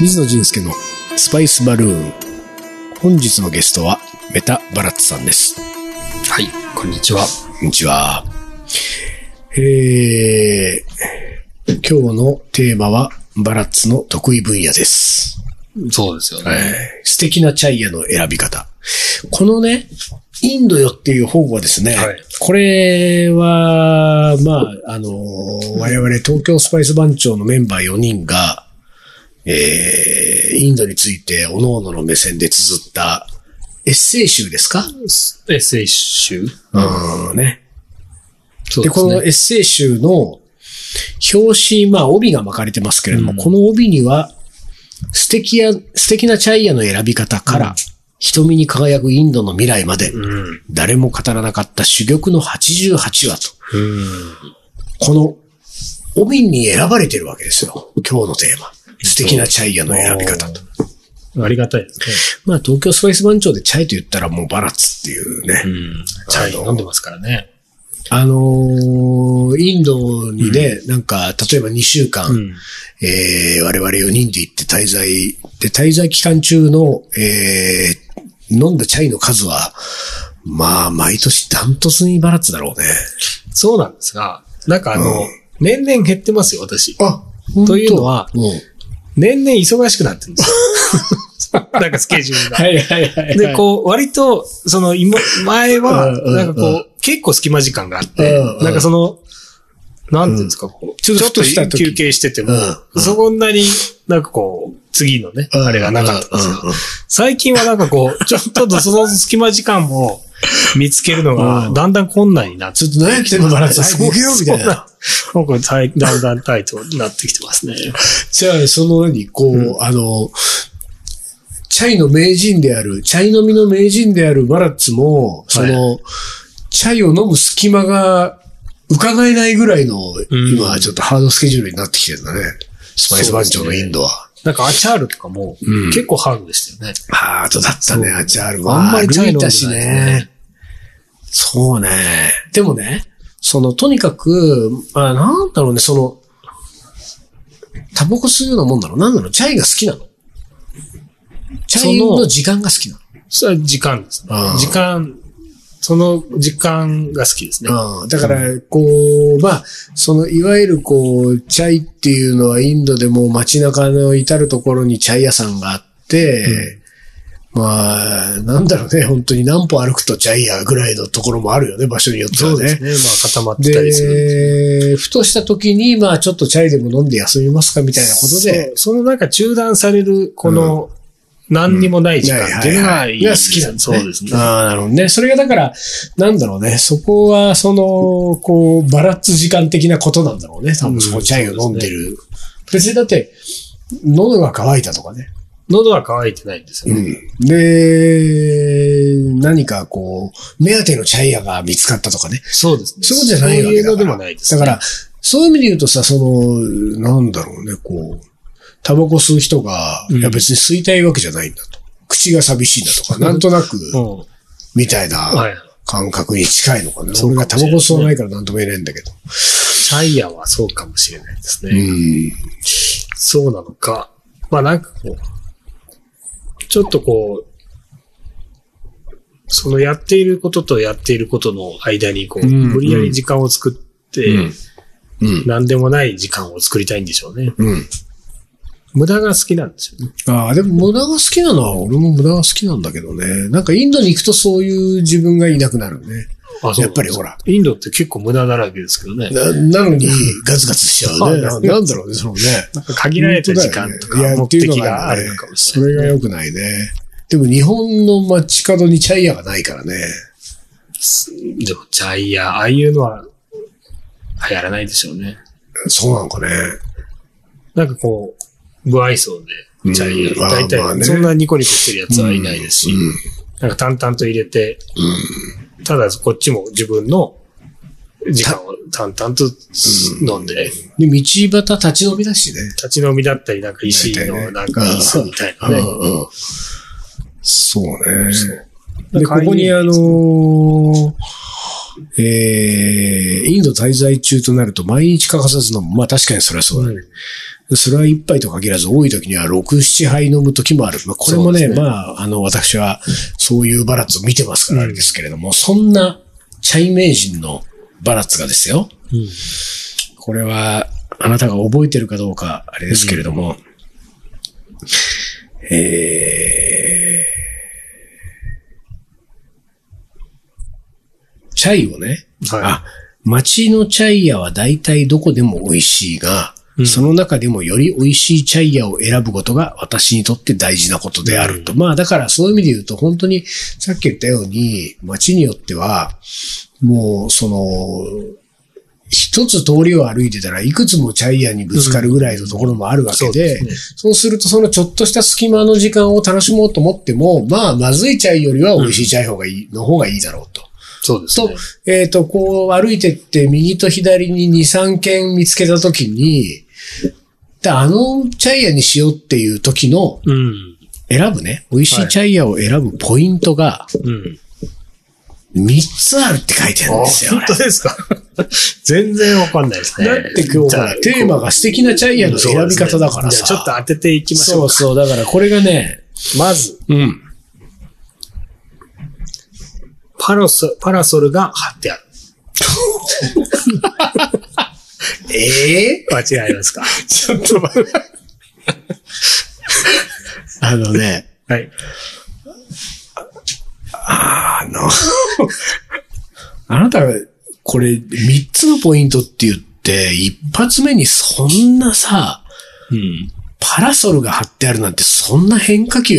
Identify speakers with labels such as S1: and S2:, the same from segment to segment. S1: 水野仁介のスパイスバルーン。本日のゲストはメタバラッツさんです。
S2: はい、こんにちは。
S1: こんにちは。えー、今日のテーマはバラッツの得意分野です。
S2: そうですよね。
S1: えー素敵なチャイヤの選び方。このね、インドよっていう本はですね、
S2: はい
S1: これは、まあ、あのー我々東京スパイス番長のメンバー4人が、えー、インドについて、各々の目線で綴ったエッセイ集ですか
S2: エッセイ集
S1: うん、ね。
S2: そう
S1: で、
S2: で
S1: こ
S2: す
S1: のエ
S2: ね。
S1: ッセイ集の表紙、まあ帯が巻かれてますけれども、この帯には、素敵や、素敵なチャイヤの選び方から、瞳に輝くインドの未来まで、
S2: うん。
S1: 誰も語らなかった珠玉の88話と、
S2: うん。
S1: この帯に選ばれてるわけですよ。今日のテーマ。素敵なチャイヤの選び方と。
S2: ありがたいです
S1: まあ東京スパイス番長でチャイと言ったらもうバラッツっていうね。
S2: ね。うん。チャイ飲んでますからね。
S1: あのーインドにね、なんか、例えば2週間、
S2: うん。
S1: えー我々4人で行って滞在、で、滞在期間中の、えー飲んだチャイの数は、まあ、毎年ダントツにバラッツだろうね。
S2: そうなんですが、なんかあの、
S1: うん
S2: 年々減ってますよ、私。
S1: あ、
S2: というのは、
S1: うん。
S2: 年々忙しくなってるんですよ。 なんかスケジュールが。
S1: いはいは
S2: で、こう、割と、その、今、前は、
S1: うんうん
S2: なんかこ
S1: う
S2: う、結構隙間時間があって
S1: うんう、ん
S2: なんかその、なんていうんですか、こうちょ
S1: ちょっ
S2: っ
S1: と
S2: と
S1: した時
S2: 休憩してても
S1: うんう、ん
S2: そんなになんかこう、次のね、あれがなかったんですよ。最近はなんかこ う、ちょっとその隙間時間も見つけるの
S1: う
S2: が、
S1: ん
S2: だんだん困難になって
S1: ちょっと何やってんのバラッツ
S2: そ
S1: 早
S2: う
S1: くよみたい
S2: そう
S1: な。
S2: んなんか最だんだんタイトになってきてますね。
S1: じゃあ、その何、こう、あの、チャイの名人である、チャイ飲みの名人であるバラッツも、その、チャイを飲む隙間が伺えないぐらいの、
S2: ん
S1: 今、ちょっとハードスケジュールになってきてるんだね。スパイス番長のインドは。
S2: なんかアチャールとかも、
S1: うん
S2: 結構ハードでしたよね。
S1: ハードだったね、
S2: そう
S1: アチャール
S2: あんまりチャイ飲んで
S1: た
S2: ない
S1: しね。そうね。でもね、その、とにかく、まあ、なんだろうね、その、タバコ吸うようなもんだろう。なんだろう、チャイが好きなの。チャイ
S2: そ
S1: の
S2: の
S1: 時間が好きなの。
S2: それは時間ですね
S1: うん。
S2: 時間、その時間が好きですね。
S1: うん、だから、こう、まあ、その、いわゆる、こう、チャイっていうのはインドでも街中の至るところにチャイ屋さんがあって、まあ、なんだろうね、本当に何歩歩くとチャイ屋ぐらいのところもあるよね、場所によってはね。
S2: そうですね。まあ固まってたりする。
S1: で、ふとした時に、まあちょっとチャイでも飲んで休みますかみたいなことで、
S2: そうそのなんか中断される、この、何にもない時間っていうのがいい。
S1: が好きなんですね。
S2: そうですね。
S1: ああ、なるほどね。それがだから、なんだろうね。そこは、その、こう、バラッツ時間的なことなんだろうね。多分そこ、
S2: うん
S1: チャイを飲んでる。別にだって、喉が渇いたとかね。
S2: 喉は渇いてないんですよね。
S1: うん。で、何かこう、目当てのチャイ屋が見つかったとかね。
S2: そうですね。
S1: そういうことじゃないわ
S2: そう
S1: け
S2: い
S1: だ
S2: う
S1: から
S2: のでもないです
S1: だ
S2: ね。
S1: から、そういう意味で言うとさ、その、なんだろうね、こう、タバコ吸う人が、
S2: うん
S1: いや別に吸いたいわけじゃないんだと。口が寂しいんだとか、なんとなく、
S2: うん。
S1: みたい
S2: は。
S1: ない感覚に近いのかな。
S2: そう
S1: 俺
S2: か
S1: がタバ
S2: もしれない
S1: コ吸わないからなんとも言えないんだけど。
S2: チャイヤはそうかもしれないです
S1: う
S2: ね。
S1: ん。
S2: そうなのか。まあなんかこう、ちょっとこう、そのやっていることとやっていることの間にこう、
S1: うん
S2: 無理やり時間を作って、
S1: うんうん。
S2: 何でもない時間を作りたいんでしょうね。
S1: うん。
S2: 無駄が好きなんですよね。
S1: ああ、でも無駄が好きなのは、俺も無駄が好きなんだけどね。なんかインドに行くとそういう自分がいなくなるね。
S2: あ
S1: やっぱりほら。
S2: インドって結構無駄だらけですけどね。
S1: な、なのに、ガツガツしちゃうね。
S2: あ
S1: な
S2: あ
S1: なんだろうね、そのね。
S2: なんか限られた時間と
S1: いや
S2: か目
S1: っていうの
S2: 的
S1: がね
S2: があるのかもし
S1: そ
S2: れない。
S1: れが良くないね。でも日本の街角にチャイヤがないからね。
S2: でもチャイヤ、ああいうのは流行らないでしょうね。
S1: そうなのかね。
S2: なんかこう、不愛想で、チャイヤ、
S1: うん
S2: 大
S1: まあまあ
S2: 体、
S1: ね
S2: そんなニコニコしてるやつはいないですし、
S1: うん
S2: なんか淡々と入れて、ただこっちも自分の時間を淡々と飲んで、
S1: で、道端立ち飲みだしね。
S2: 立ち飲みだったり、なんか石のなんか椅子みたいなね。
S1: うんうんそうね。
S2: う
S1: で、ここにあのーえー、インド滞在中となると毎日欠かさず飲む。まあ確かにそれはそうだね。
S2: うん
S1: それは一杯と限らず多い時には6、7杯飲む時もある。まあこれも
S2: そ
S1: ね、
S2: うですね
S1: まあ、あの、私はそういうバラッツを見てますからあれですけれども、そんなチャイ名人のバラッツがですよ。
S2: うん
S1: これは、あなたが覚えてるかどうか、あれですけれども、えー、チャイをね、
S2: はい
S1: あ、町のチャイ屋は大体どこでも美味しいが、
S2: うん
S1: その中でもより美味しいチャイ屋を選ぶことが私にとって大事なことであると。まあだからそういう意味で言うと本当にさっき言ったように町によってはもうその一つ通りを歩いてたらいくつもチャイヤにぶつかるぐらいのところもあるわけで、
S2: うんそうですね
S1: そうするとそのちょっとした隙間の時間を楽しもうと思っても、まあ、まずいチャイよりは美味しいチャイ方がいい、の方がいいだろうと。
S2: そうです
S1: と
S2: ね。、
S1: えっ、と、こう歩いてって右と左に2、3軒見つけたときに、であのチャイヤにしようっていう時の
S2: うん。
S1: 選ぶね、美味しいチャイヤを選ぶポイントが
S2: うん。
S1: 3つあるって書いてあるんですよ。
S2: 本当ですか 全然わかんないですね。
S1: だって今日
S2: じゃ
S1: は
S2: あ
S1: テーマが素敵なチャイヤの選び方だからさ。
S2: そうですねじゃあちょっと当てていきましょ
S1: そうう
S2: か。
S1: そう、だからこれがね、
S2: まず、
S1: うん。
S2: パラソパラソルが貼ってある。
S1: ええ
S2: 間違いですか
S1: ちょっと待って。あのね、
S2: はい。
S1: あの、あなた、これ3つのポイントって言って、一発目にそんなさ、
S2: うん。
S1: パラソルが貼ってあるなんてそんな変化 球。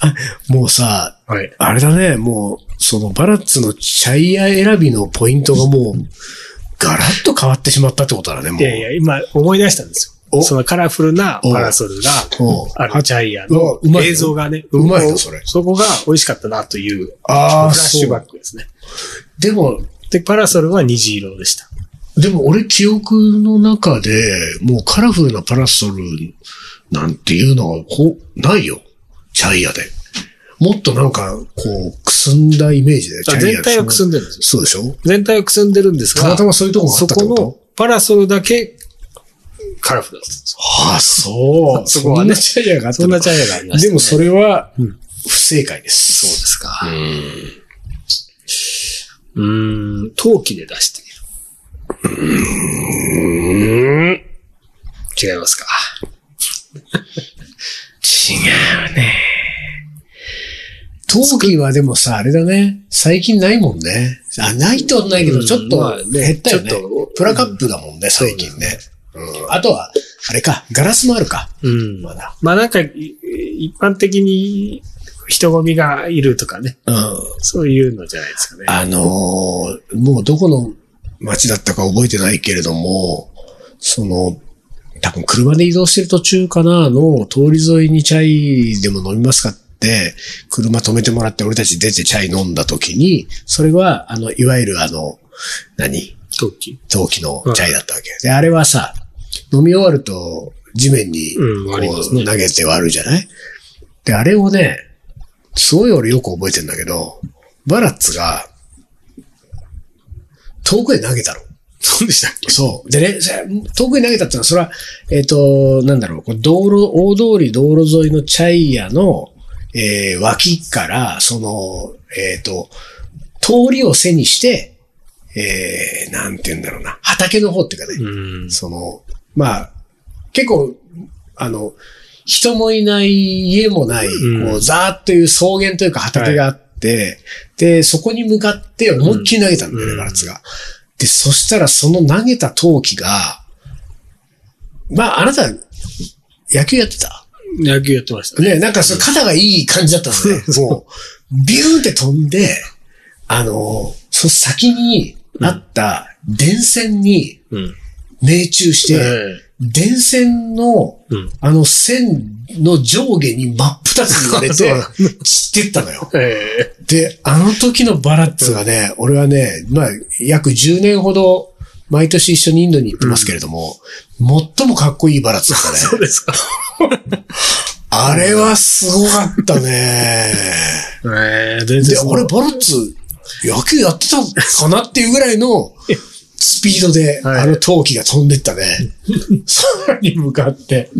S1: あもうさ、
S2: はい。
S1: あれだね、もう、そのバラッツのチャイヤ選びのポイントがもう、ガラッと変わってしまったってことだね、もう。
S2: いやいや、今思い出したんです
S1: お
S2: よ。そのカラフルなパラソルが
S1: お
S2: あ
S1: あ
S2: るチャイア
S1: うわう
S2: の
S1: まいよ
S2: 映像がね、
S1: うまいよそれ
S2: そこが美味しかったなというフ
S1: あ
S2: ラ
S1: ー
S2: ッシュバックですね。
S1: でも、
S2: で、パラソルは虹色でした。
S1: でも俺記憶の中で、もうカラフルなパラソルなんていうのはほ、ないよ。チャイヤで。もっとなんか、こう、くすんだイメージだよ、チャイヤ
S2: 全体はくすんでるんですよ。
S1: そうでしょ
S2: 全体はくすんでるんですが、
S1: たまたまそういうとこがあっ
S2: そ
S1: たって
S2: こ
S1: こと
S2: のパラソルだけカラフルだったんですよ。
S1: ああ、そう。
S2: そこはね
S1: そんなチャイヤがあった
S2: そ
S1: のか
S2: んなチャイアがありました、
S1: でもそれは
S2: うん、
S1: 不正解です。
S2: そうですか。うーん、陶器で出して
S1: うん。
S2: いる。違いますか。
S1: 違うね。陶器はでもさ、あれだね。最近ないもんね。あ、ないとはないけ
S2: う
S1: ど、
S2: ん
S1: ちょっと
S2: まあね
S1: 減ったよね。
S2: ちょっと
S1: プラカップだもんね、最近ね。うん、あとは、あれか、ガラスもあるか。
S2: うん。
S1: まだ。
S2: まあなんか、い一般的に人混みがいるとかね、
S1: うん。
S2: そういうのじゃないですかね。
S1: あのーもうどこの街だったか覚えてないけれども、その、多分車で移動してる途中かなの通り沿いにチャイでも飲みますかって、車止めてもらって俺たち出てチャイ飲んだ時に、それは、あの、いわゆるあの、何
S2: 陶器。
S1: 陶器のチャイだったわけ。で、あれはさ、飲み終わると地面にこ
S2: うん割ります
S1: う
S2: ね
S1: 投げて割るじゃないで、あれをね、すごい俺よく覚えてんだけど、バラッツが、遠くへ投げたの。
S2: そうでしたっけ
S1: そう。でね、それ遠くに投げたってのは、それは、えっ、と、なんだろう、こう道路、大通り道路沿いのチャイヤの、えー脇から、その、えっ、と、通りを背にして、えー、なんて言うんだろうな、畑の方っていうかね、
S2: うん。
S1: その、まあ、結構、あの、人もいない、家もない、
S2: うん
S1: こう、ざーっという草原というか畑があって、で、そこに向かって思いっきり投げたんだよね、
S2: うん
S1: バラッツが。で、そしたらその投げた陶器が、まあ、あなた、野球やってた
S2: 野球やってましたね。
S1: ね、なんかその肩がいい感じだったのね。もう、ビューンって飛んで、あの、その先にあった電線に
S2: うん。
S1: 命中して、
S2: え
S1: 電線の、
S2: えうん。
S1: あの線の上下に真っ二つに割れ
S2: そ
S1: て、散ってったのよ。
S2: ええ
S1: で、あの時のバラッツがね、俺はね、まあ、約10年ほど、毎年一緒にインドに行ってますけれども、最もかっこいいバラッツだったね。
S2: そうですか。
S1: あれはすごかった ね。
S2: ええ全
S1: で、
S2: 然その
S1: あれ、バロッツ、野球やってたかなっていうぐらいのスピードで、
S2: はい
S1: あの陶器が飛んでったね。空に向かって。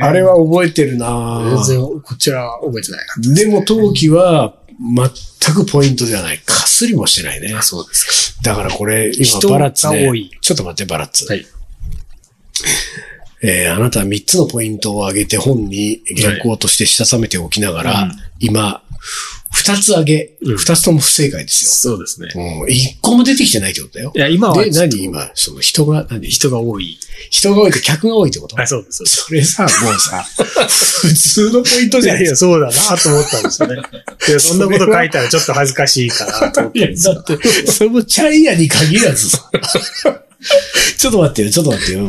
S1: あれは覚えてるな
S2: 全然、こっちは覚えてない
S1: でも陶器は全くポイントではない。かすりもしてないね
S2: な。。そうです
S1: だからこれ、今
S2: 人、
S1: バラッツ、
S2: が多い
S1: ね、ちょっと待って、バラッツ。
S2: はい。
S1: えーあなたは3つのポイントを挙げて本に原稿としてしたためておきながら、
S2: はいうん
S1: 今、2つ挙げ、
S2: うん
S1: 2つとも不正解ですよ。
S2: そうですね。
S1: もう1個も出てきてないってことだよ
S2: い。や、今は
S1: で、何今、その人が、何人
S2: 人が多い。
S1: 人が多いって客が多いってこと
S2: あ、そうです。そうです
S1: それさ、もうさ、 普通のポイント
S2: い
S1: じゃ
S2: や
S1: ない
S2: い
S1: で
S2: や、
S1: す
S2: そうだなと思ったんですよね。いや、そんなこと書いたらちょっと恥ずかしいかなと思っ
S1: か。い
S2: て
S1: や、。 だって、それもチャイアに限らずさ。 ちょっと待ってよ、ちょっと待ってよ。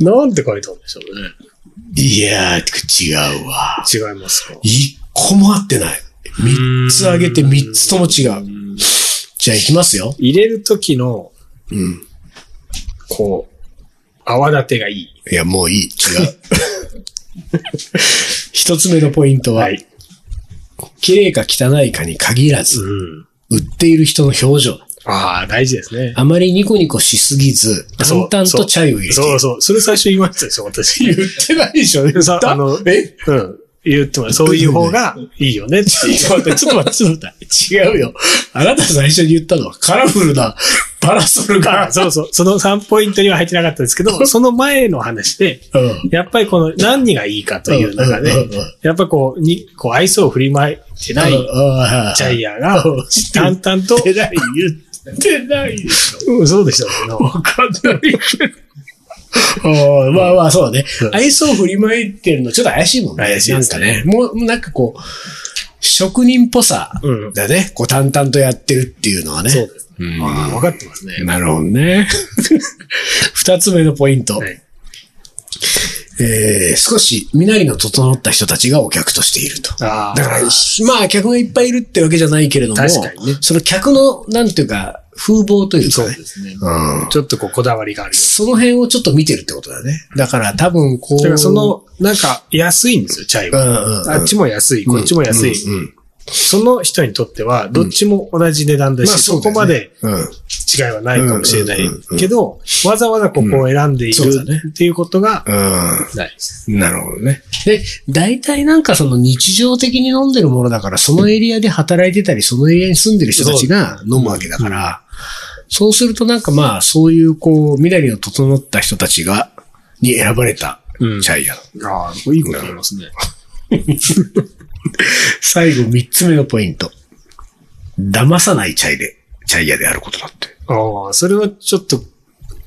S2: なんて書いたんでしょう
S1: いやー、違うわ。
S2: ね。違いますか。
S1: 一個も合ってない。三つ上げて三つとも違う。
S2: ん
S1: じゃあ行きますよ。
S2: 入れる時の、
S1: うん。
S2: こう、泡立てがいい。
S1: いや、もういい。違う。 一つ目のポイントは、。綺麗か汚いかに限らず、
S2: うん。
S1: 売っている人の表情。
S2: ああ、大事ですね。
S1: あまりニコニコしすぎず、
S2: そう
S1: 淡々とチャイを入れてい
S2: そう
S1: る。
S2: そう。それ最初言いましたでしょ、私。
S1: 言ってないでしょ言った
S2: さあの
S1: え
S2: うん。言ってもらうそういう方がいいよねって いう。
S1: ちょっと待って、ちょっと待って、ちょっと待って。違うよ。あなた最初に言ったのはカラフルなパラソルが
S2: あ。 そうそう。その3ポイントには入ってなかったですけど、その前の話で、
S1: うん。
S2: やっぱりこの何がいいかという中で
S1: うんうんうんうん、
S2: やっぱこう、に、こう、愛想を振りまいてない
S1: い
S2: ジャイアンが
S1: うん、
S2: 淡々と、
S1: 言ってない、言ってない でし
S2: うんそうでしたけど、
S1: ょ。わかんないけど。おーまあまあ、そうだね
S2: うん。
S1: 愛想を振りまいてるの、ちょっと怪しいもんね。
S2: 怪しいです
S1: なん
S2: ね
S1: かね。もう、なんかこう、職人っぽさ
S2: うん
S1: だね。こう、淡々とやってるっていうのはね。
S2: そうです。
S1: うん
S2: あー分かってますね。
S1: なるほどね。 二つ目のポイント。
S2: はい
S1: えー少し身なりの整った人たちがお客としていると。
S2: あ
S1: だから、まあ、客がいっぱいいるってわけじゃないけれども、
S2: 確かにね
S1: その客の、なんていうか、風貌という
S2: そ
S1: か
S2: う
S1: ね
S2: で。すね。
S1: うん
S2: ちょっとこう、こだわりがあるよ。
S1: その辺をちょっと見てるってことだね。だから多分こう。
S2: だからそ、の、なんか、安いんですよ、チャイ
S1: うん
S2: は。
S1: うんうん、
S2: あっちも安い、こっちも安い。
S1: うんうんうん
S2: その人にとっては、どっちも同じ値段だし、
S1: まあ
S2: そ
S1: そうだ
S2: こ
S1: よね
S2: まで
S1: うん。
S2: 違いはないかもしれない
S1: うんうんうんうん
S2: けど、わざわざここを選んでい
S1: うんそうだ
S2: る
S1: ね
S2: っていうことが
S1: う
S2: 大事です。
S1: ん。なるほどね。で、大体なんかその日常的に飲んでるものだから、そのエリアで働いてたり、そのエリアに住んでる人たちが飲むわけだから、そうするとなんかまあ、そういうこう、未来の整った人たちが、に選ばれた
S2: うん
S1: チャイアン。
S2: ああ、いいことありますね。
S1: 最後、三つ目のポイント。騙さないチャイで、チャイヤであることだって。
S2: ああ、それはちょっと、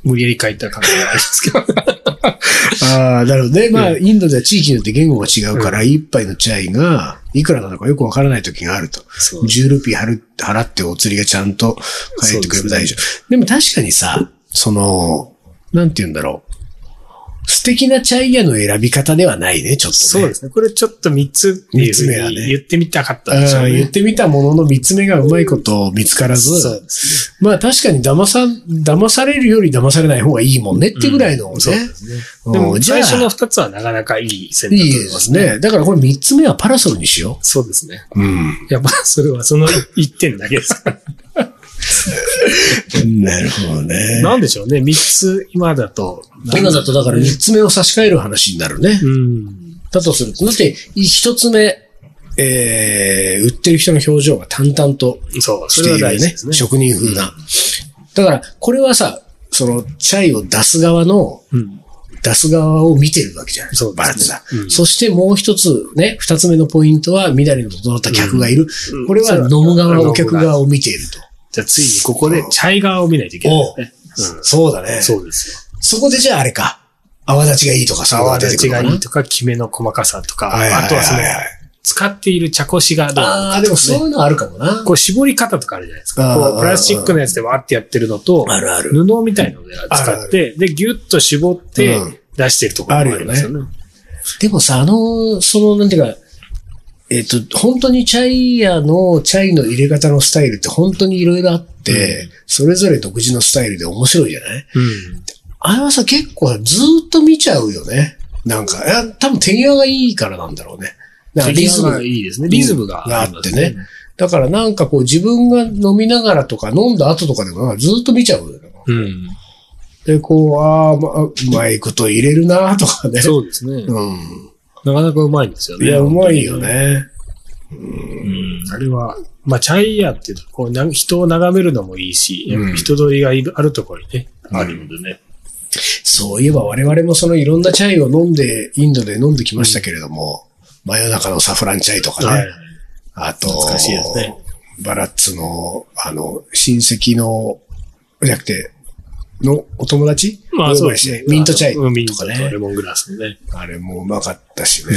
S2: 無理やり書いた感じがありますけど。
S1: ああ、なるほどね。まあ、インドでは地域によって言語が違うから、一杯のチャイが、いくらなのかよくわからない時があると。
S2: そう
S1: 10ルピー払う払ってお釣りがちゃんと返ってくれば大丈夫。でも確かにさ、その、なんて言うんだろう。素敵なチャイ屋の選び方ではないね、ちょっとね。
S2: そうですね。これちょっと3つっていうふ
S1: 三つ目は
S2: うに
S1: ね
S2: 言ってみたかったんでし
S1: う
S2: ょう
S1: ん言っ
S2: ね。
S1: てみたものの三つ目がうまいこと見つからず、
S2: そうです
S1: まあ確かに騙さ、騙されるより騙されない方がいいもんねってぐらいのね。
S2: そうですね。でも
S1: うん
S2: 最初の2つはなかなかいい選択
S1: いいで。
S2: だと思います
S1: ね。だからこれ三つ目はパラソルにしよ
S2: そうですね。
S1: う。うん。
S2: やっぱそれはその1点だけです から。
S1: なるほどね
S2: なんでしょうね。3つ今だと。
S1: 今だとだから三つ目を差し替える話になるね。
S2: うん。
S1: だとすると、だって一つ目、えー、売ってる人の表情が淡々と
S2: そう、
S1: し
S2: そ
S1: て
S2: れはい
S1: るね。
S2: 大事ですね。
S1: 職人風な。だから、これはさ、その、チャイを出す側の、
S2: うん。
S1: 出す側を見てるわけじゃない
S2: そうです
S1: バ
S2: ね
S1: ランスだ、
S2: うん
S1: そしてもう一つね、二つ目のポイントは、みだりの整った客がいる。
S2: うん
S1: これは
S2: うん
S1: 飲む側、
S2: そうだ
S1: お客側を見ていると。
S2: じゃあついにここでチャイ側を見ないといけないですね。
S1: そうだ
S2: う
S1: ね
S2: ん。そうですよ。
S1: そこでじゃああれか。泡立ちがいいとかさ、
S2: 泡立
S1: 出てくる
S2: ちが
S1: のかない
S2: いとか、キメの細かさとか、
S1: はいはいはいはい
S2: あとはその、使っている茶こしがどうなの
S1: ああ、でもそういうのあるかもな。
S2: こう絞り方とかあるじゃないですか。
S1: あー
S2: こうプラスチックのやつでわーってやってるのと、
S1: あるある
S2: 布みたいなので使って、で、ギュッと絞って
S1: うん
S2: 出してるところもありますよね。
S1: でもさ、あの、その、なんていうか、えっ、と、本当にチャイヤの、チャイの入れ方のスタイルって本当にいろいろあって、
S2: う
S1: それぞれ独自のスタイルで面白いじゃない
S2: うん。
S1: あれはさ、結構ずーっと見ちゃうよね。なんか、いや、多分手際がいいからなんだろうね。なんかリズム
S2: がいいですね。リズムが
S1: があってね
S2: ります。
S1: だからなんかこう自分が飲みながらとか飲んだ後とかでもなんかずっと見ちゃうのよ。
S2: うん。
S1: で、こう、ああ、まあ、うまいこと入れるなとかね。
S2: そうですね。
S1: う
S2: なかなかうまいんですよ
S1: ん。
S2: ね。
S1: いや、うまいよね。
S2: うん。あれは、まあ、チャイヤーっていうと、こうな、人を眺めるのもいいし、やっ
S1: うん
S2: ぱ人通りがいるあるところにね、
S1: うん
S2: あるのでね。
S1: そういえば我々もそのいろんなチャイを飲んで、インドで飲んできましたけれども、真夜中のサフランチャイとかね。
S2: はい。
S1: あと、
S2: 懐かしいですね
S1: バラッツの、あの、親戚の、じゃなくて、のお友達
S2: まあ、そうですね。
S1: ミントチャイ
S2: うんミン
S1: と
S2: ト
S1: か
S2: と
S1: ね。
S2: レモングラスのね。
S1: あれもうまかったしね。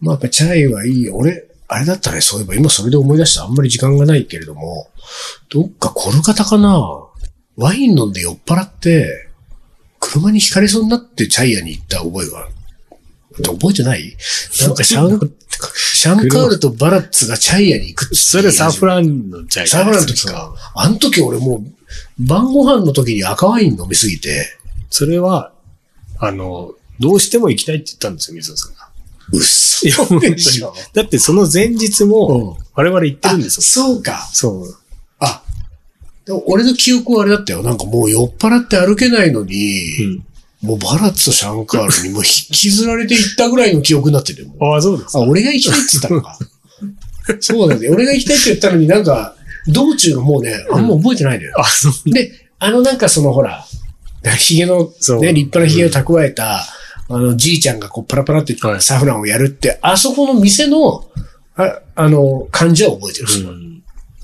S1: まあやっぱチャイはいい。俺、あれだったね。そういえば今それで思い出した。あんまり時間がないけれども、どっかコルカタかなワイン飲んで酔っ払って、車に惹かれそうになってチャイヤに行った覚えがある。覚えてないなんかシ ャン、シャンカールとバラッツがチャイヤに行くって
S2: それサフランのチャイ
S1: サフランの時か。あの時俺もう晩ご飯の時に赤ワイン飲みすぎて、
S2: それは、あの、どうしても行きたいって言ったんですよ、水野さんが。
S1: うっそ
S2: いや本当 に
S1: でしょ。
S2: だってその前日
S1: うん
S2: も、我々行ってるんですよ。
S1: そうか。
S2: そう。
S1: あ、でも俺の記憶はあれだったよ。なんかもう酔っ払って歩けないの
S2: う
S1: に、
S2: ん。
S1: もうバラッツとシャンカールにもう引きずられていったぐらいの記憶になってるよ。もう
S2: ああ、そうです。
S1: あ、俺が行きたいって言ったのか。 そうだね。俺が行きたいって言ったのになんか、道中のもうね、あんま覚えてないのよ。
S2: あ、そう。
S1: で、あのなんかそのほら、髭の、ね、立
S2: そう
S1: 派な髭を蓄えた、あの、じいちゃんがこうパラパラって
S2: はい
S1: サフランをやるって、あそこの店の、ああの、感じは覚えてる。
S2: うん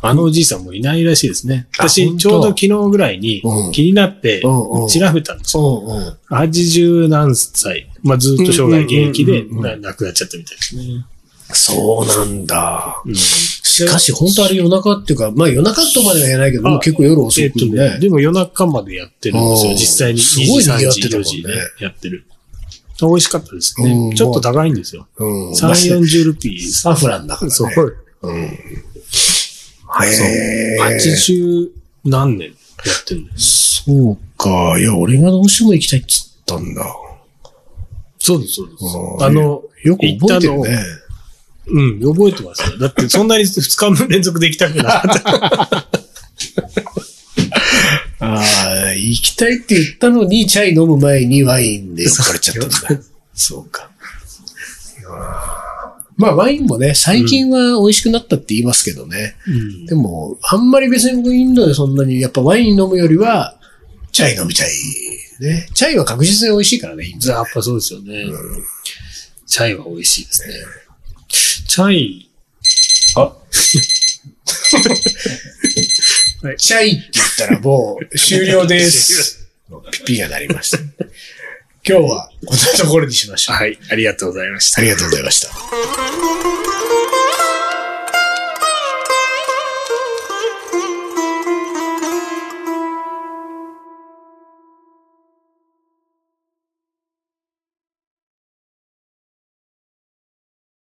S2: あのおじいさんもいないらしいですね。
S1: あ
S2: 私、
S1: 本当
S2: ちょうど昨日ぐらいに
S1: うん
S2: 気になって
S1: うんうん、
S2: 調べたんですよ。
S1: そう、うん。
S2: 80何歳。まあ、ずっと生涯現役で
S1: うんうんうんう
S2: な亡くなっちゃったみたいですね。
S1: そうなんだ。
S2: うん
S1: しかし、本当あれ夜中っていうか、まあ夜中とまでは言えないけど、
S2: あ
S1: もう結構夜遅
S2: えっ
S1: く
S2: と
S1: に
S2: ね、
S1: ね。
S2: でも夜中までやってるんです
S1: う
S2: よ、
S1: ん
S2: 実際に。
S1: すごい
S2: 2時
S1: やっ
S2: 3
S1: て
S2: 時、
S1: たもんね
S2: 4時ね、やってる。美味しかったです
S1: うん
S2: ね。ちょっと高いんですよ。
S1: うん。まあ
S2: 3、40ルピーです。
S1: サフランだからね。
S2: そう。
S1: うん。へー
S2: 80何年やってるんです。
S1: そうか。いや、俺がどうしても行きたいっつったんだ。
S2: そうです、そうです
S1: う。ん
S2: あの、
S1: よく覚えてる
S2: 行った
S1: ね
S2: の。うん、覚えてますよ。だってそんなに2日連続できたくなか った。
S1: ああ、行きたいって言ったのに、チャイ飲む前にワインで酔っ払っちゃったんだ。そうか。まあ、ワインもね、最近は美味しくなったって言いますけどね。
S2: うん
S1: でも、あんまり別に僕インドでそんなに、やっぱワイン飲むよりは、チャイ飲みたい。ね。チャイは確実に美味しいからね、インド。
S2: やっぱそうですよね。チャイは美味しいですね。チャイ、
S1: チャイって言ったらもう終了 です。ピッピが鳴りました。今日はこんなところにしましょう。
S2: はい、ありがとうございました
S1: あ。りがとうございました。